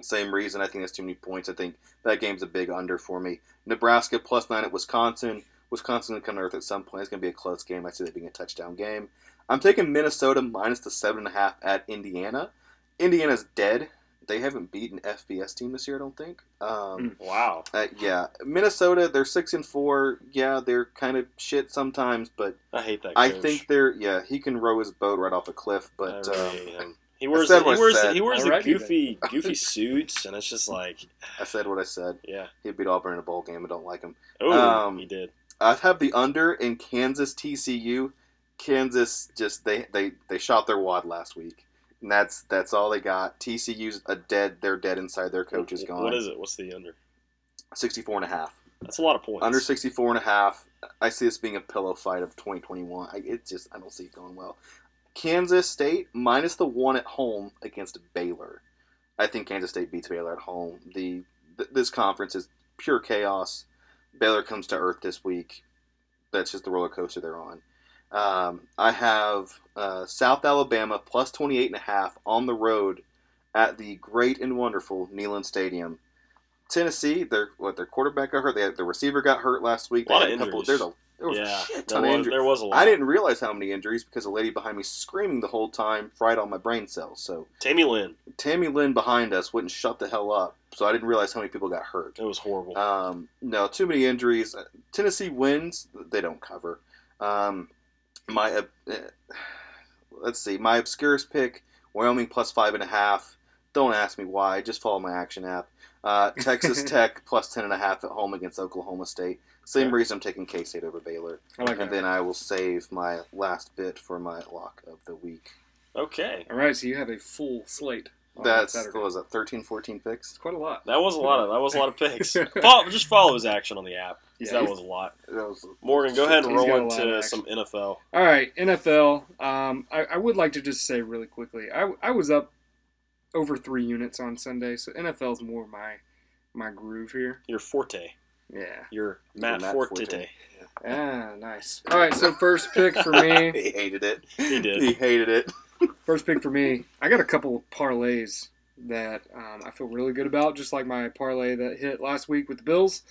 Same reason. I think that's too many points. I think that game's a big under for me. Nebraska plus 9 at Wisconsin. Wisconsin's going to come to earth at some point. It's going to be a close game. I see that being a touchdown game. I'm taking Minnesota minus the 7.5 at Indiana. Indiana's dead. They haven't beaten FBS team this year, I don't think. Um,
Wow.
uh, yeah, Minnesota. They're six and four. Yeah, they're kind of shit sometimes, but
I hate that. Coach.
I think they're yeah. He can row his boat right off a cliff,
I
but um,
really hate him. he wears
said
the,
what I
he wears the,
said.
he wears the
Alrighty then.
goofy goofy suits, and it's just like,
I said what I said.
yeah.
He beat Auburn in a bowl game. I don't like him.
Oh,
Um,
he did.
I have the under in Kansas TCU. Kansas just they they they shot their wad last week, and that's that's all they got. TCU's a dead. They're dead inside. Their coach is gone.
What is it? What's the under?
64 and a half.
That's a lot of points.
Under 64 and a half. I see this being a pillow fight of 2021. I, it just I don't see it going well. Kansas State minus the one at home against Baylor. I think Kansas State beats Baylor at home. The th- this conference is pure chaos. Baylor comes to earth this week. That's just the roller coaster they're on. Um, I have uh, South Alabama plus 28 and a half on the road at the great and wonderful Neyland Stadium. Tennessee, their what their quarterback got hurt. They had, the receiver got hurt last week.
A lot
They had
of injuries.
there's a there was
yeah,
a shit
there
ton of
was,
injuries.
there was a lot.
I didn't realize how many injuries because the lady behind me screaming the whole time fried all my brain cells. So
Tammy Lynn.
Tammy Lynn behind us wouldn't shut the hell up. so I didn't realize how many people got hurt.
It was horrible.
Uh,
Um, no, too many injuries. Uh, Tennessee wins. They don't cover. Um, my uh, eh, let's see. My obscurest pick: Wyoming plus five and a half. Don't ask me why. Just follow my action app. Uh, Texas Tech plus ten and a half at home against Oklahoma State. Same
Okay.
reason I'm taking K State over Baylor.
I like
And
that.
then I will save my last bit for my lock of the week.
Okay,
All right, so you have a full slate. on
That's
Saturday.
what was that 13, 14 picks.
It's quite a lot.
that was a lot of that was a lot of picks. follow, just follow his action on the app. 'cause
Yeah,
that
he's-
was a lot.
That was
Morgan, go ahead and
He's got
roll
a lot of
into
action.
some NFL.
All right, NFL. Um, I, I would like to just say really quickly, I, I was up over three units on Sunday, so NFL's more my my groove here.
Your forte,
Yeah.
your
Your
Matt,
Matt
Forte.
Forte.
Ah, nice. All right, so first pick for me.
He hated it.
He did.
He hated it.
First pick for me. I got a couple of parlays that um, I feel really good about, just like my parlay that hit last week with the Bills.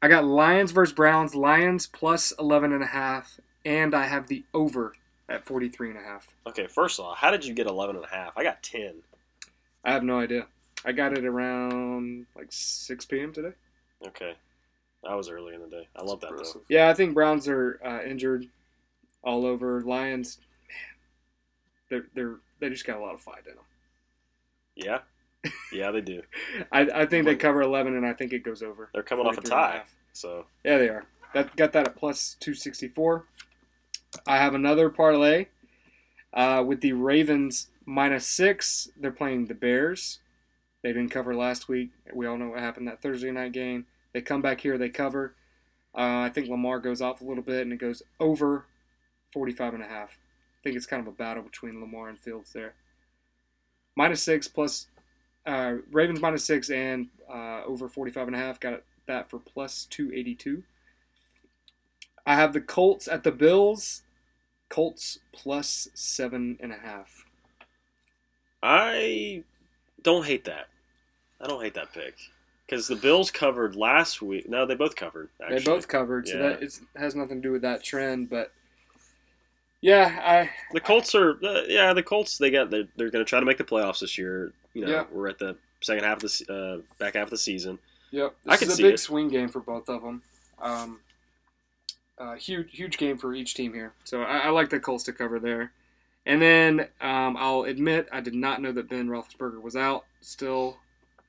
I got Lions versus Browns. Lions plus 11.5, and I have the over at 43.5.
Okay, first of all, how did you get 11 and a half? I got 10.
I have no idea. I got it around like 6 p.m. today.
Okay, that was early in the day. I love that though.
Impressive.
Yeah, I think Browns are uh, injured all over. Lions, man, they're, they're, they just got a lot of fight in them.
Yeah, yeah, they do.
I, I think they cover 11, and I think it goes over.
They're coming off a
43 and
tie,
half.
so
Yeah, they are. That got that at plus 264. I have another parlay uh, with the Ravens minus six. They're playing the Bears. They didn't cover last week. We all know what happened that Thursday night game. They come back here. They cover. Uh, I think Lamar goes off a little bit and it goes over 45 and a half. I think it's kind of a battle between Lamar and Fields there. Minus six plus uh, Ravens minus six and uh, over 45 and a half. Got that for plus 282. I have the Colts at the Bills. Colts plus seven and a half.
I don't hate that. I don't hate that pick because the Bills covered last week. No, they both covered. Actually.
they both covered, so
yeah.
that is, has nothing to do with that trend. But yeah, I
The Colts are, uh, yeah, the Colts. They got they're, they're going to try to make the playoffs this year. You know,
Yeah.
we're at the second half of the se- uh, back half of the season.
yep,
I
this
can
is
see
a big
it.
swing game for both of them. Um, uh, huge, huge game for each team here. So I, I like the Colts to cover there. And then um, I'll admit I did not know that Ben Roethlisberger was out. Still,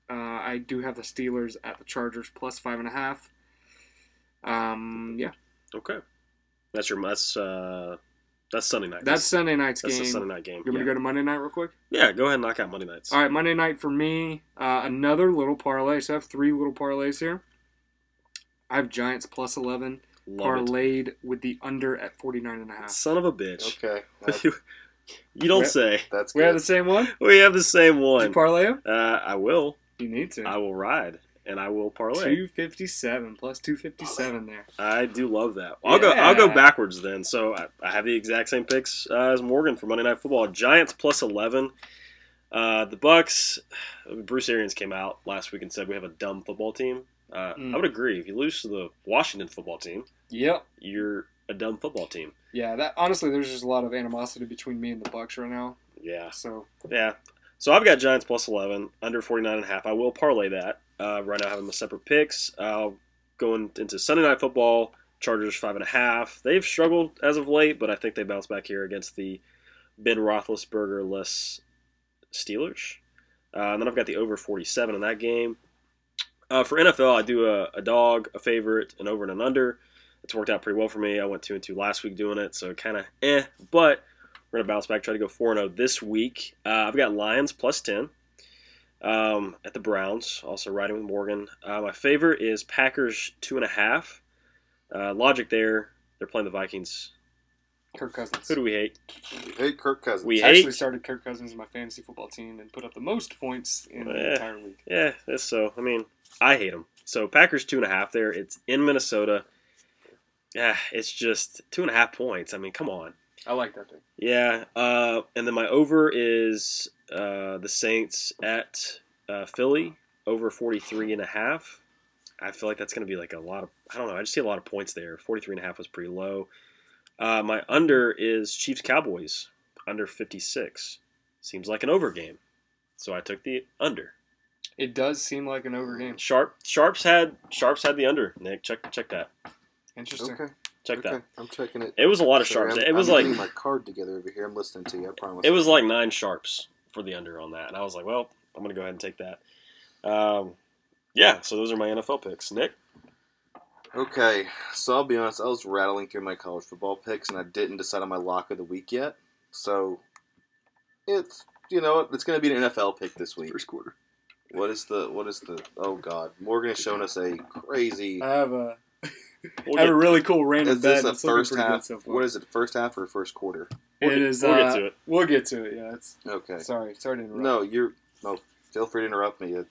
uh, I do have the Steelers at the Chargers plus five and a half. Um, yeah,
Okay, that's your that's uh that's Sunday night.
that's Sunday night's
that's
game.
the Sunday
You
night game.
want me to
yeah.
go to Monday night real quick?
Yeah, go ahead and knock out Monday nights.
All right, Monday night for me, uh, another little parlay. So I have three little parlays here. I have Giants plus 11
Love
parlayed with the under at 49 and a
it.
half.
Son of a bitch.
Okay. That's,
you don't
Yeah.
say.
that's
We have
good.
the same one?
We have the same
Did you
one.
parlay 'em?
Uh, I will.
You need to.
I will ride, and I will parlay.
257 plus 257 there.
I do love that. I'll go. I'll go
Yeah.
backwards then. So I, I have the exact same picks uh, as Morgan for Monday Night Football. Giants plus eleven. Uh, the Bucks. Bruce Arians came out last week and said we have a dumb football team. Uh,
Mm.
I would agree. If you lose to the Washington football team,
Yep.
you're a dumb football team.
Yeah, that honestly, there's just a lot of animosity between me and the Bucks right now.
Yeah.
So
Yeah. So I've got Giants plus 11, under 49 and a half. I will parlay that. Uh, right now I have them as separate picks. Uh, going into Sunday Night Football, Chargers 5.5. They've struggled as of late, but I think they bounce back here against the Ben Roethlisberger-less Steelers. Uh, and then I've got the over 47 in that game. Uh, for NFL, I do a, a dog, a favorite, an over and an under. It's worked out pretty well for me. I went two and two last week doing it, so kind of eh. But we're gonna bounce back, try to go four and zero this week. Uh, I've got Lions plus ten um, at the Browns. Also riding with Morgan. Uh, my favorite is Packers two and a half. Uh, logic there. They're playing the Vikings.
Kirk Cousins.
Who do we hate?
Hey, Kirk Cousins.
We
I
hate.
actually started Kirk Cousins in my fantasy football team and put up the most points in
Eh.
the entire league.
Yeah, that's so. I mean, I hate them. So Packers two and a half there. It's in Minnesota. Yeah, it's just two and a half points. I mean, come on.
I like that thing.
Yeah, uh, and then my over is uh, the Saints at uh, Philly over 43 and a half. I feel like that's going to be like a lot of I don't know, I just see a lot of points there. 43 and a half was pretty low. Uh, my under is Chiefs Cowboys under 56. Seems like an over game. So I took the under.
It does seem like an over game.
Sharp Sharps had Sharps had the under. Nick, check check that.
Interesting.
Okay.
Check
okay.
that.
I'm checking it.
It was a lot of
Sorry,
sharps.
I'm-
it was
I'm
like
getting my card together over here. I'm listening to you. I promise.
it was like nine sharps for the under on that, and I was like, well, I'm gonna go ahead and take that. Um, yeah, so those are my NFL picks. Nick,
Okay, so I'll be honest, I was rattling through my college football picks and I didn't decide on my lock of the week yet. So it's you know what, it's gonna be an NFL pick this week.
First quarter.
What is the what is the oh god. Morgan has shown us a crazy
Uh,
I have a
we'll
I have a
get,
really cool random
Is this
bet.
a
It's looking
first
pretty good
half
so far.
what is it, first half or first quarter?
we'll,
It
get-
is,
we'll
uh,
get to it.
We'll get to it. Yeah. It's,
Okay.
Sorry. Sorry to interrupt.
No, you're no, feel free to interrupt me. It-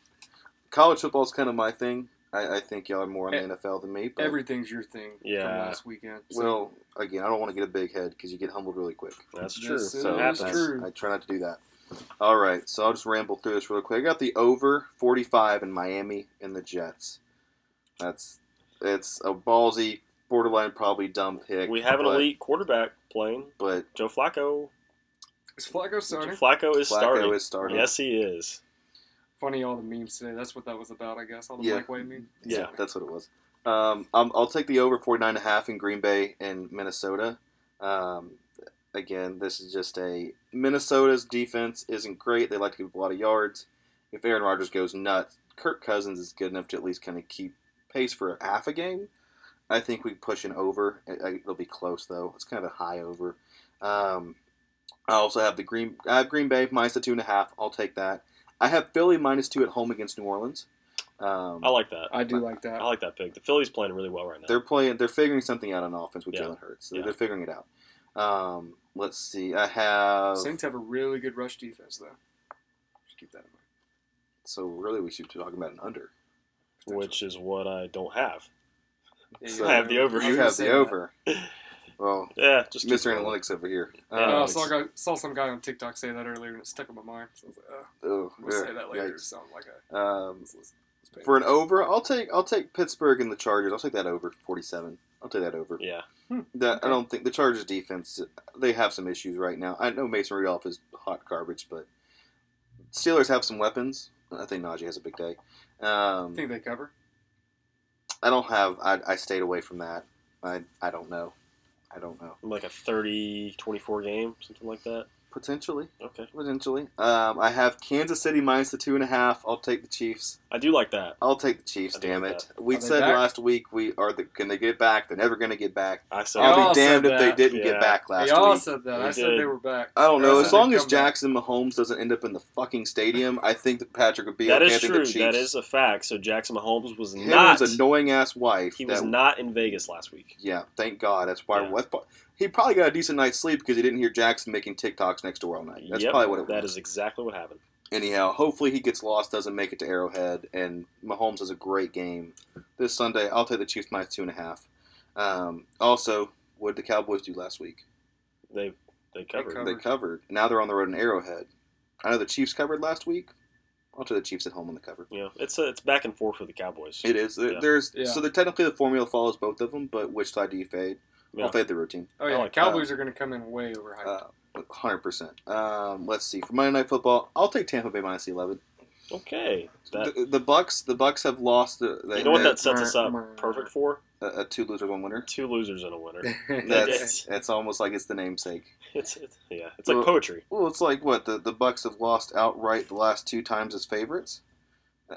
College football's kinda my thing. I, I think y'all are more on
E-
the NFL than me, but
Everything's your thing
Yeah.
from last weekend. So
well, again, I don't want to get a big head because you get humbled really quick.
That's true.
This
So
It
It happens.
is true.
I try not to do that. All right, so I'll just ramble through this real quick. I got the over 45 in Miami and the Jets. That's it's a ballsy, borderline probably dumb pick.
We have an
but,
elite quarterback playing
but
Joe Flacco.
is Flacco
Joe
starting?
Flacco is starting.
Flacco is starting.
Yes, he is.
Funny all the memes today. That's what that was about, I guess. All the
Yeah.
Mike White memes.
Yeah.
that's what it was. Um, I'm, I'll take the over 49 and a half in Green Bay and Minnesota. Um, again, this is just a Minnesota's defense isn't great. They like to give up a lot of yards. If Aaron Rodgers goes nuts, Kirk Cousins is good enough to at least kind of keep pace for a half a game. I think we push an over. It, it'll be close though. It's kind of a high over. Um, I also have the Green. I have Green Bay minus the two and a half. I'll take that. I have Philly minus two at home against New Orleans. Um,
I like that.
I do like that.
I
Oh,
like that pick. The Phillies playing really well right now.
they're playing. They're figuring something out on offense with
Yeah.
Jalen Hurts. So
Yeah.
They're figuring it out. Um, let's see. I have
Saints have a really good rush defense, though. Just keep that in mind.
so really we should be talking about an under.
which is what I don't have.
So-
I have the
I
over.
was
You
gonna
have
say
the
that.
over. Well,
Yeah, just keep
Mr.
going.
Analytics over here.
Oh,
Yeah.
I
Um,
saw, a guy, saw some guy on TikTok say that earlier, and it stuck in my mind. So I was like, oh,
ugh,
we'll say
ugh,
that later.
yikes.
Sound like a
Um,
let's- let's- let's pay
for an over, I'll take I'll take Pittsburgh and the Chargers. I'll take that over forty-seven. I'll take that over.
Yeah,
That I don't think the Chargers defense they have some issues right now. I know Mason Rudolph is hot garbage, but Steelers have some weapons. I think Najee has a big day. Um,
attention. think they cover.
I don't have. I, I stayed away from that. I I don't know. I don't know.
like a 30-24 game, something like that.
Potentially,
Okay,
potentially. Um, I have Kansas City minus the two and a half. I'll take the Chiefs.
I do like that.
I'll take the Chiefs.
I do
Damn
like
it. We
Are they
said
back?
last week we are the, can they get back? They're never gonna get back.
I said
Y'all
I'll be
said
damned if they
that.
didn't
Yeah.
get back last
they all
week. Uh,
said that.
We
I said
did.
they were back.
I don't
They all
know.
said
As
they'd
long as
come back.
Jackson Mahomes doesn't end up in the fucking stadium, I think that Patrick would be
that
okay.
is
I think
true.
The Chiefs,
That is a fact. So Jackson Mahomes was
him and
not.
his annoying ass wife.
He was
that-
not in Vegas last week.
Yeah, thank God. That's why.
Yeah.
that's pro- he probably got a decent night's sleep because he didn't hear Jackson making TikToks next door all night. That's
Yep,
probably what it
That
was.
is exactly what happened.
Anyhow, hopefully he gets lost, doesn't make it to Arrowhead, and Mahomes has a great game this Sunday. I'll take the Chiefs minus two and a half. Um, also, what did the Cowboys do last week?
They they covered.
covered.
They covered. Now they're on the road in Arrowhead. I know the Chiefs covered last week. I'll take the Chiefs at home on the cover.
Yeah, it's a, it's back and forth with the Cowboys.
It is. There-
Yeah.
There's
Yeah.
so the technically the formula follows both of them, but which side do you fade?
Yeah.
I'll fade the routine.
Oh yeah,
I like
Cowboys are going to come in way overhyped.
Uh, 100%. Um, let's see. For Monday Night Football, I'll take Tampa Bay minus 11.
okay, that,
the, the Bucks, the Bucks have lost the, the
you know what that
the-
sets us up perfect for?
uh, uh, two losers one winner.
Two losers and a winner.
That's that's almost like it's the namesake.
It's, it's yeah, it's like
Well-
poetry.
Well, it's like what the the Bucks have lost outright the last two times as favorites.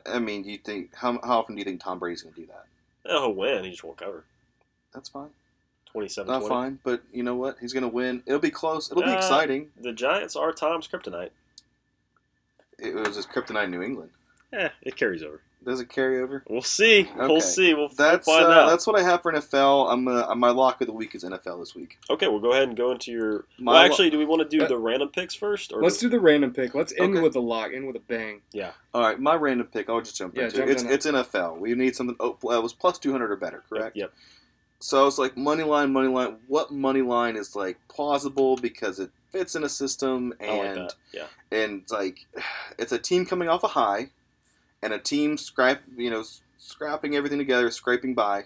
I mean, you think how how often do you think Tom Brady's going to do that?
He'll Oh, win. He just won't cover.
That's fine.
Twenty-seven.
Not
twenty.
fine, but you know what? He's going to win. It'll be close. It'll be
Uh,
exciting.
The Giants are Tom's kryptonite.
It was his kryptonite, in New England.
Eh, it carries over.
Does it carry over?
We'll see.
Okay.
We'll see. We'll
That's
find
uh,
out.
that's what I have for NFL. I'm uh, my lock of the week is NFL this week.
Okay, we'll go ahead and go into your.
My
well,
lo-
actually, do we want to do
Uh,
the random picks first? Or
Let's do the random pick. Let's end
Okay.
with a lock. End with a bang.
All right, my random pick. I'll just jump
Yeah,
into
jump
it. It's,
in it.
it's NFL. We need something. Oh, well, it was plus two hundred or better, correct?
Yep.
So I was like, money line, money line. What money line is like plausible because it fits in a system
I like
and
that. Yeah.
and like it's a team coming off a high and a team scrap you know scrapping everything together, scraping by.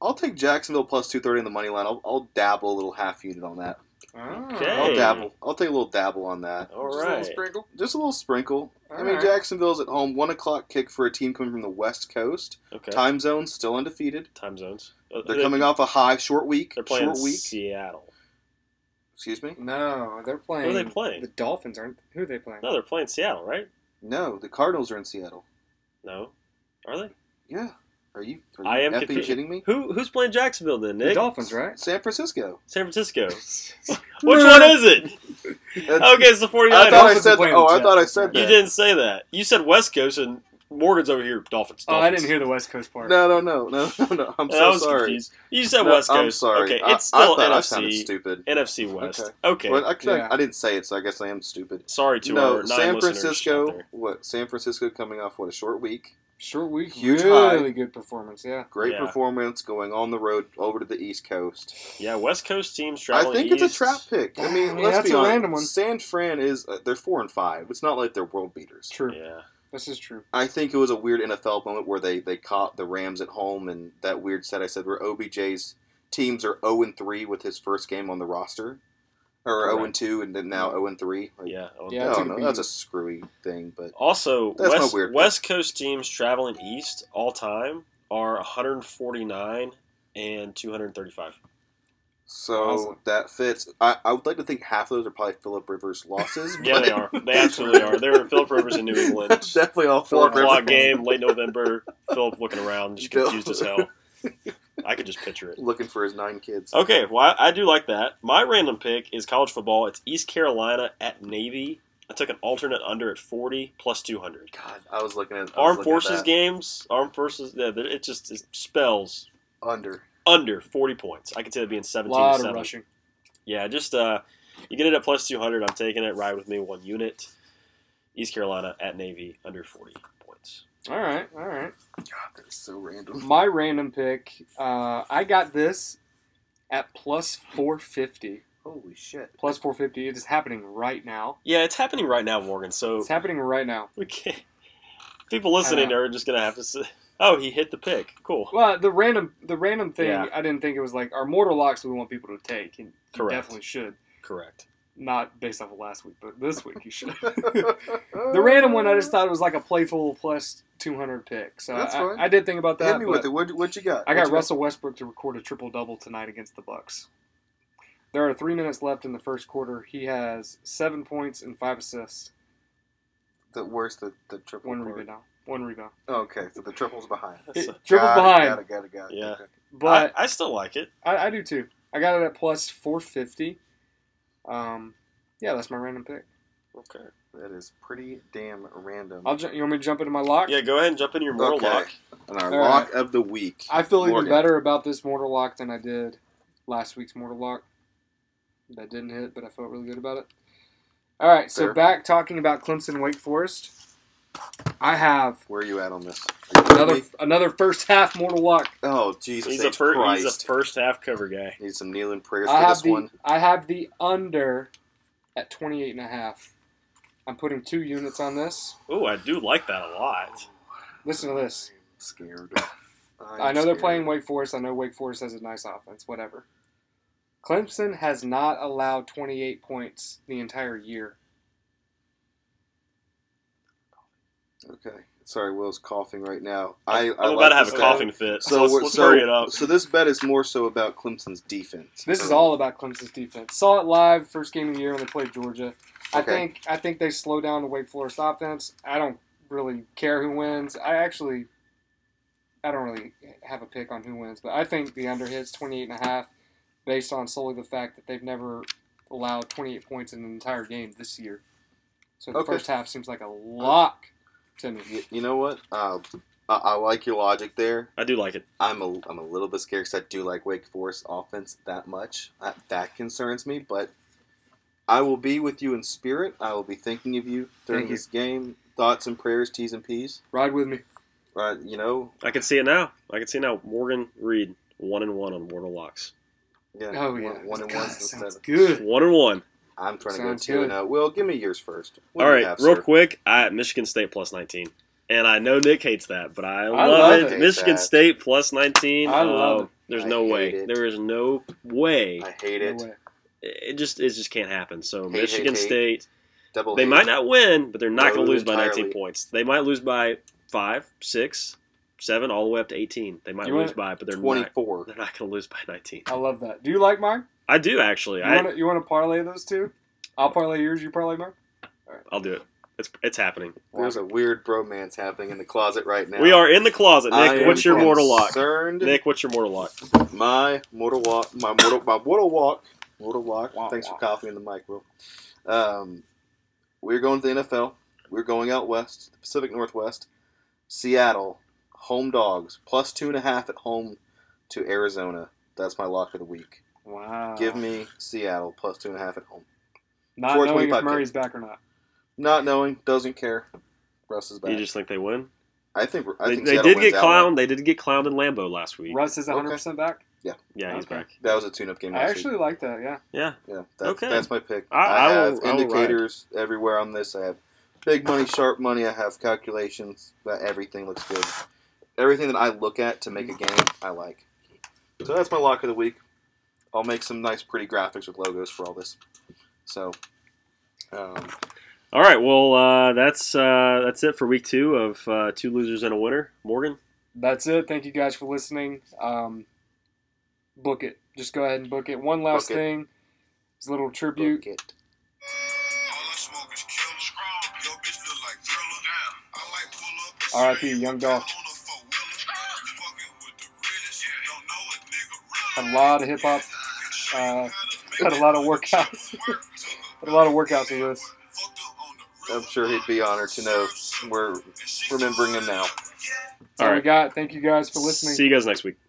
I'll take Jacksonville plus two thirty on the money line. I'll, I'll dabble a little half unit on that. I'll
Ah,
Okay. Hey.
dabble. I'll take a little dabble on that.
All
Just a little
right.
sprinkle.
Just a little sprinkle. I
All
mean,
right.
Jacksonville's at home. One o'clock kick for a team coming from the West Coast.
Okay.
Time zone still undefeated.
Time zones. Uh,
They're coming off a high short week.
They're playing
short week.
Seattle.
Excuse me.
No, they're playing.
Who are they playing?
The Dolphins aren't. Who are they playing?
No, they're playing Seattle, right?
No, the Cardinals are in Seattle.
No. Are they?
Yeah. Are you? Are you
I am
effing
confused.
kidding me?
Who who's playing Jacksonville then,
the
Nick?
Dolphins, right?
San Francisco.
San Francisco. Which one is it?
That's-
Okay, it's the
I
49ers.
thought I
Dolphins are
said.
playing
Oh,
the
I thought I
Jets.
said that.
You didn't say that. You said West Coast, and Morgan's over here. Dolphins. Dolphins.
Oh, I didn't hear the West Coast part.
No, no, no, no, no, no. I'm
And
so
I was
sorry.
confused. You said
No,
West Coast.
I'm sorry.
Okay,
I-
it's still
I thought I sounded
NFC.
stupid.
NFC West.
Okay.
Okay.
Well, actually,
Yeah.
I didn't say it, so I guess I am stupid.
Sorry to
no,
our nine
San
listeners out
Francisco.
there.
What? San Francisco coming off what a short week.
Short week.
Huge
really good performance. Yeah.
Great
Yeah.
performance going on the road over to the East Coast.
Yeah, West Coast teams
I
traveling.
think it's a
east.
trap pick. I mean,
Yeah,
let's
that's
be
a
honest.
random one.
San Fran is uh, they're four and five. It's not like they're world beaters.
True.
Yeah.
This is true.
I think it was a weird NFL moment where they, they caught the Rams at home and that weird set I said where OBJ's teams are 0 and 3 with his first game on the roster. Or
Correct.
0 and two and then now 0 and 3. Like,
Yeah. I don't
Yeah,
I
know.
it's a
don't know. That's
beating.
a screwy thing, but
Also,
That's my
West,
weird pick.
West Coast teams traveling east all time are 149 and 235.
so
Awesome.
that fits. I, I would like to think half of those are probably Philip Rivers losses.
Yeah, they
but-
are. They absolutely are. They were in Philip Rivers in New England.
That's definitely all
Four
Philip
o'clock
Rivers.
game, late November. Philip looking around, just
No.
confused as hell. I could just picture it.
Looking for his nine kids.
Okay, well, I, I do like that. My random pick is college football. It's East Carolina at Navy. I took an alternate under at 40 plus 200.
God, I was looking at I was
Armed
looking at
Forces
that.
games, Armed Forces, yeah, they're- it just it spells
under.
under 40 points. I could see that being
A
17 to
lot of
7.
rushing.
Yeah, just uh, you get it at plus 200. I'm taking it. Ride with me one unit. East Carolina at Navy under 40 points.
All right. All right.
God, that is so random.
My random pick, uh, I got this at plus 450.
Holy shit.
Plus 450. It is happening right now.
Yeah, it's happening right now, Morgan. So
It's happening right now.
we can't. People listening are just gonna have to say, "Oh, he hit the pick. Cool."
Well, the random the random thing,
Yeah.
I didn't think it was like our mortal locks we want people to take. And you
Correct.
definitely should.
Correct.
Not based off of last week, but this week you should.
the
the random one, I just thought it was like a playful plus 200 pick. So
That's
I,
fine.
I did think about that.
Hit me with
but
it. What, what you got?
I
What
got
you
Russell Westbrook to record a triple double tonight against the Bucks. There are three minutes left in the first quarter. He has seven points and five assists.
The worst, the, the triple.
One
part.
rebound. One rebound.
Okay, so the triple's behind.
It,
So-
triple's
Got it,
behind,
Got it, got it, got it.
Yeah.
Okay.
but
I, I still like it.
I, I, do too. I got it at plus 450. Um, yeah, that's my random pick.
Okay.
That is pretty damn random.
I'll ju- you want me to jump into my lock?
Yeah, go ahead and jump into your mortal
Okay.
lock.
And our
All
lock of the week.
I feel even
Morgan.
better about this mortal lock than I did last week's mortal lock. That didn't hit, but I felt really good about it. All right, so
Fair.
back talking about Clemson Wake Forest. I have
Where are you at on this?
another another first half mortal lock.
Oh, Jesus
He's a, fir-
Christ.
he's a first half cover guy.
Need some kneeling prayers
I
for
have
this
the
one.
I have the under at 28 and a half. I'm putting two units on this.
Oh, I do like that a lot.
Listen to this.
I'm scared. I'm
I know they're
scared.
playing Wake Forest. I know Wake Forest has a nice offense. Whatever. Clemson has not allowed 28 points the entire year.
Okay. Sorry, Will's coughing right now. I,
I,
I
am about
like
to have a
this bet.
coughing fit. So,
So,
let's,
we're-
let's
so,
hurry it up.
so this bet is more so about Clemson's defense. Um,
This is all about Clemson's defense. Saw it live first game of the year when they played Georgia. I
Okay.
think I think they slow down the Wake Forest offense. I don't really care who wins. I actually I don't really have a pick on who wins, but I think the under hits 28 and a half based on solely the fact that they've never allowed 28 points in an entire game this year. So the
Okay.
first half seems like a lock to me.
Y- You know what? Uh, I, I like your logic there.
I do like it.
I'm a, I'm a little bit scared because I do like Wake Forest offense that much. That, that concerns me, but I will be with you in spirit. I will be thinking of you during
Thank you.
this game. Thoughts and prayers, T's and P's.
Ride with me.
Uh, you know,
I can see it now. I can see now. Morgan Reed, one and one on Mortal Locks.
yeah,
Oh
one-
yeah.
one and
God,
one instead
sounds
of.
good.
One and one.
I'm trying
Sounds
to go two
good.
and oh. Will, give me yours first. What
All
do you
right,
have,
real
sir?
quick, I Michigan State plus 19. And I know Nick hates that, but I,
I
love,
love
it.
it.
Michigan
That.
State plus 19.
I love
Oh, There's
I
no
hate
way.
it.
There is no way.
I hate it.
No way.
it just it just can't happen. So
Hey, hey,
Michigan
hey.
State,
Double.
they
hate.
might not win, but they're not going
Load
to lose by
entirely.
19 points. They might lose by five, six, seven, all the way up to 18. They might
You
lose
want-
by, but they're not.
twenty-four.
They're not going to lose by 19.
I love that. Do you like mine?
I do actually.
You
I,
want to you want to parlay those two? I'll parlay yours. You parlay mine.
I'll do it. It's it's happening.
There's a weird bromance happening in the closet right now.
We are in the closet,
I
Nick. What's
am
your mortal lock?
concerned.
Nick, what's your mortal lock?
My mortal walk. My mortal. My mortal walk. Mortal walk.
Wah,
Thanks
wah.
for coughing in the mic, Will. Um, we're going to the NFL. We're going out west, the Pacific Northwest, Seattle, home dogs plus two and a half at home to Arizona. That's my lock of the week.
Wow.
Give me
Ah.
Seattle plus two and a half at home.
not
four
knowing if
25
Murray's back or not.
Not knowing, doesn't care. Russ is
You
back.
just think they win?
I think. we're- I
They,
think
they
Seattle
did
wins
get
outright.
clowned. They did get clowned in Lambo last week.
Russ is 100 percent back.
Yeah, he's
Okay.
back.
That was a tune-up game.
I
Last week.
actually like that. Yeah.
Yeah,
Yeah, that's,
Okay.
that's my pick.
I-
I,
I
have
will- I will
indicators everywhere on this. I have big money, sharp money. I have calculations. That everything looks good. Everything that I look at to make a game, I like. So that's my lock of the week. I'll make some nice, pretty graphics with logos for all this. So, um,
All right. Well, uh, that's uh, that's it for week two of uh, two losers and a winner. Morgan,
That's it. Thank you guys for listening. Um, book it. Just go ahead and book it. One last
Book it.
thing. It's a little tribute.
book it.
All I smoke is killer. Yo, bitch look like thriller. I might pull up. and
RIP,
say,
Young Dolph.
"I'm on a four-wheeler." Fucking with the realest. Don't know a nigga
A
really.
lot of hip hop. Uh, had a lot of workouts. had a lot of workouts with this.
I'm sure he'd be honored to know we're remembering him now.
That's all
All
we
right.
got. Thank you guys for listening.
see you guys next week.